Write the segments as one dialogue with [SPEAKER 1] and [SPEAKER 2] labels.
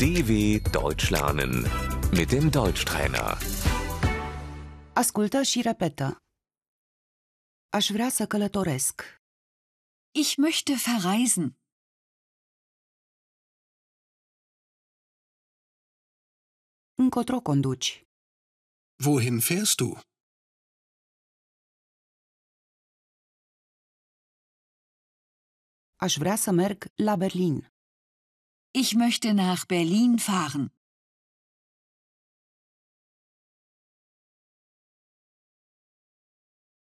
[SPEAKER 1] DW Deutsch lernen mit dem Deutschtrainer.
[SPEAKER 2] Ascultă și repetă. Aș vrea să călătoresc.
[SPEAKER 3] Ich möchte verreisen.
[SPEAKER 2] Încotro conduci.
[SPEAKER 4] Wohin fährst du?
[SPEAKER 2] Aș vrea să merg la Berlin.
[SPEAKER 3] Ich möchte nach Berlin fahren.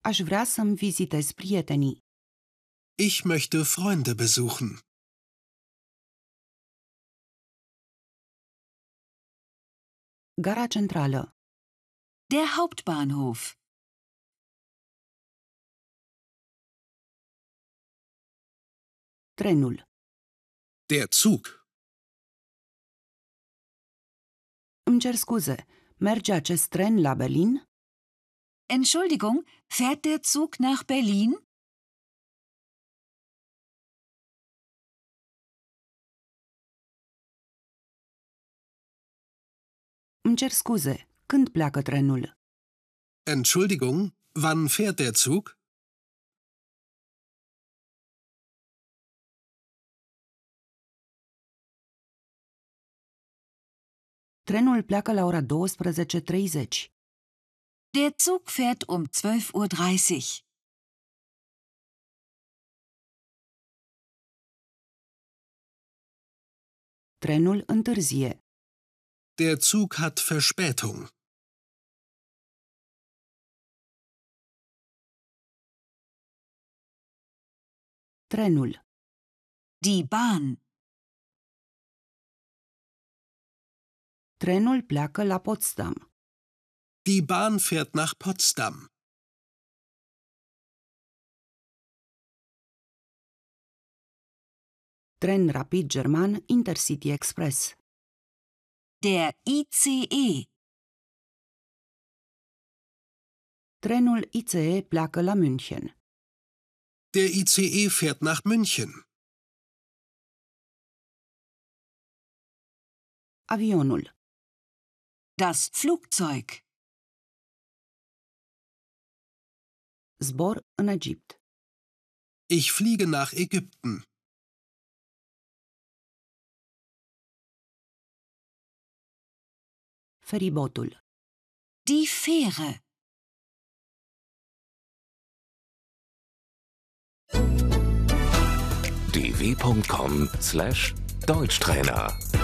[SPEAKER 2] Aș vrea să-mi vizitez prietenii.
[SPEAKER 4] Ich möchte Freunde besuchen.
[SPEAKER 2] Gara centrală.
[SPEAKER 3] Der Hauptbahnhof.
[SPEAKER 2] Trenul.
[SPEAKER 4] Der Zug.
[SPEAKER 2] Îmi cer scuze. Merge acest tren la Berlin?
[SPEAKER 3] Entschuldigung, fährt der Zug nach Berlin?
[SPEAKER 2] Îmi cer scuze. Când pleacă trenul?
[SPEAKER 4] Entschuldigung, wann fährt der Zug?
[SPEAKER 2] Trenul pleacă la ora 12.30.
[SPEAKER 3] Der Zug fährt um 12.30 Uhr.
[SPEAKER 2] Trenul întârzie.
[SPEAKER 4] Der Zug hat Verspätung.
[SPEAKER 2] Trenul.
[SPEAKER 3] Die Bahn.
[SPEAKER 2] Trenul pleacă la Potsdam.
[SPEAKER 4] Die Bahn fährt nach Potsdam.
[SPEAKER 2] Tren rapid german Intercity Express.
[SPEAKER 3] Der E. ICE.
[SPEAKER 2] Trenul ICE pleacă la München.
[SPEAKER 4] Der ICE fährt nach München.
[SPEAKER 2] Avionul.
[SPEAKER 3] Das Flugzeug.
[SPEAKER 2] Zbor în Egipt.
[SPEAKER 4] Ich fliege nach Ägypten.
[SPEAKER 2] Feribotul.
[SPEAKER 3] Die Fähre.
[SPEAKER 1] dw.com/deutschtrainer